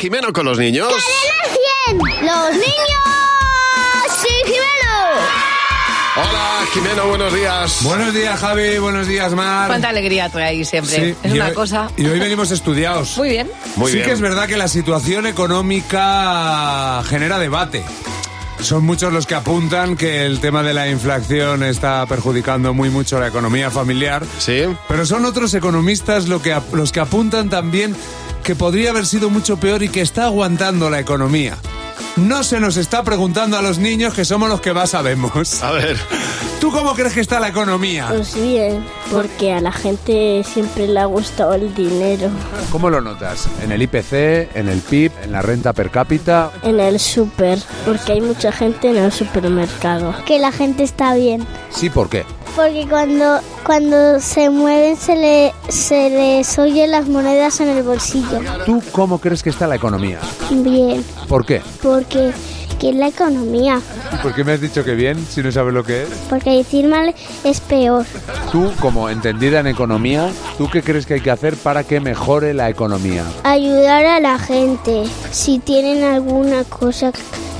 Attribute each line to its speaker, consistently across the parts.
Speaker 1: Jimeno con los niños.
Speaker 2: ¡Los niños! ¡Sí,
Speaker 1: Hola, Jimeno, buenos días.
Speaker 3: Buenos días, Javi. Buenos días, Mar.
Speaker 4: Cuánta alegría traéis siempre.
Speaker 3: Sí,
Speaker 4: es
Speaker 3: y
Speaker 4: una
Speaker 3: hoy-
Speaker 4: cosa.
Speaker 3: Y hoy venimos estudiados.
Speaker 4: Muy bien.
Speaker 1: Muy
Speaker 3: sí
Speaker 1: bien.
Speaker 3: que es verdad que la situación económica genera debate. Son muchos los que apuntan que el tema de la inflación está perjudicando muy mucho la economía familiar.
Speaker 1: Sí.
Speaker 3: Pero son otros economistas lo que ap- los que apuntan también que podría haber sido mucho peor y que está aguantando la economía. No se nos está preguntando a los niños que somos los que más
Speaker 4: Ah.
Speaker 3: sabemos.
Speaker 1: A ver.
Speaker 3: ¿Tú cómo crees que está la economía?
Speaker 2: Pues bien, porque a la gente siempre le ha gustado el dinero.
Speaker 5: ¿Cómo lo notas? ¿En el IPC, en el PIB, en la renta per cápita?
Speaker 2: En el súper, porque hay mucha gente en el supermercado.
Speaker 6: que la gente está bien.
Speaker 5: Sí, ¿por qué?
Speaker 6: Porque cuando, cuando se mueven se, le, se les oyen las monedas en el bolsillo.
Speaker 5: ¿Tú cómo crees que está la economía?
Speaker 6: Bien,
Speaker 5: ¿Por qué?
Speaker 6: porque que es la economía.
Speaker 5: ¿Por qué me has dicho que bien si no sabes lo que es?
Speaker 6: Porque decir mal es peor.
Speaker 5: Tú, como entendida en economía, ¿tú qué crees que hay que hacer para que mejore la economía?
Speaker 6: Ayudar a la gente si tienen alguna cosa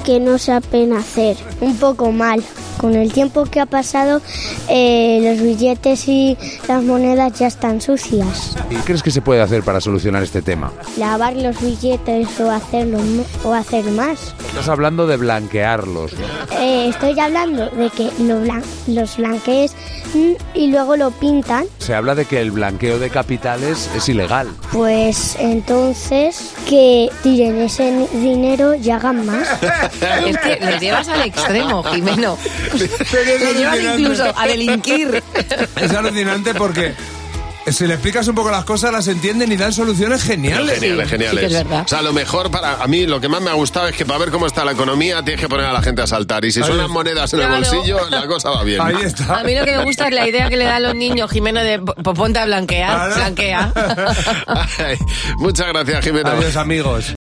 Speaker 6: que no saben hacer. Un poco mal. Con el tiempo que ha pasado, eh, los billetes y las monedas ya están sucias.
Speaker 5: ¿Y qué crees que se puede hacer para solucionar este tema?
Speaker 6: Lavar los billetes o, hacerlo, o hacer más.
Speaker 5: Estás hablando de blanquearlos. ¿no?
Speaker 6: Eh, estoy hablando de que lo blan- los blanquees mm, y luego lo pintan,
Speaker 5: Se habla de que el blanqueo de capitales es ilegal.
Speaker 6: pues entonces que tiren ese ni- dinero y hagan más.
Speaker 4: Es que le llevas al extremo, Jimeno.
Speaker 3: Pero es
Speaker 4: Le llevas
Speaker 3: alucinante.
Speaker 4: incluso a delinquir.
Speaker 3: Es alucinante porque eh, si le explicas un poco las cosas, las entienden y dan soluciones geniales.
Speaker 1: Geniales,
Speaker 4: sí
Speaker 1: geniales.
Speaker 4: que es verdad.
Speaker 1: O sea, lo mejor para a mí, lo que más me ha gustado es que para ver cómo está la economía tienes que poner a la gente a saltar. Y si
Speaker 3: Ahí
Speaker 1: suenan
Speaker 3: está.
Speaker 1: monedas en el
Speaker 4: Claro.
Speaker 1: bolsillo, la cosa va bien.
Speaker 3: Ahí está.
Speaker 4: A mí lo que me gusta es la idea que le dan los niños, Jimeno, de "Po- ponte a blanquear.
Speaker 3: Claro.
Speaker 4: Blanquea.
Speaker 1: Ay, Muchas gracias, Jimena.
Speaker 3: Adiós, amigos.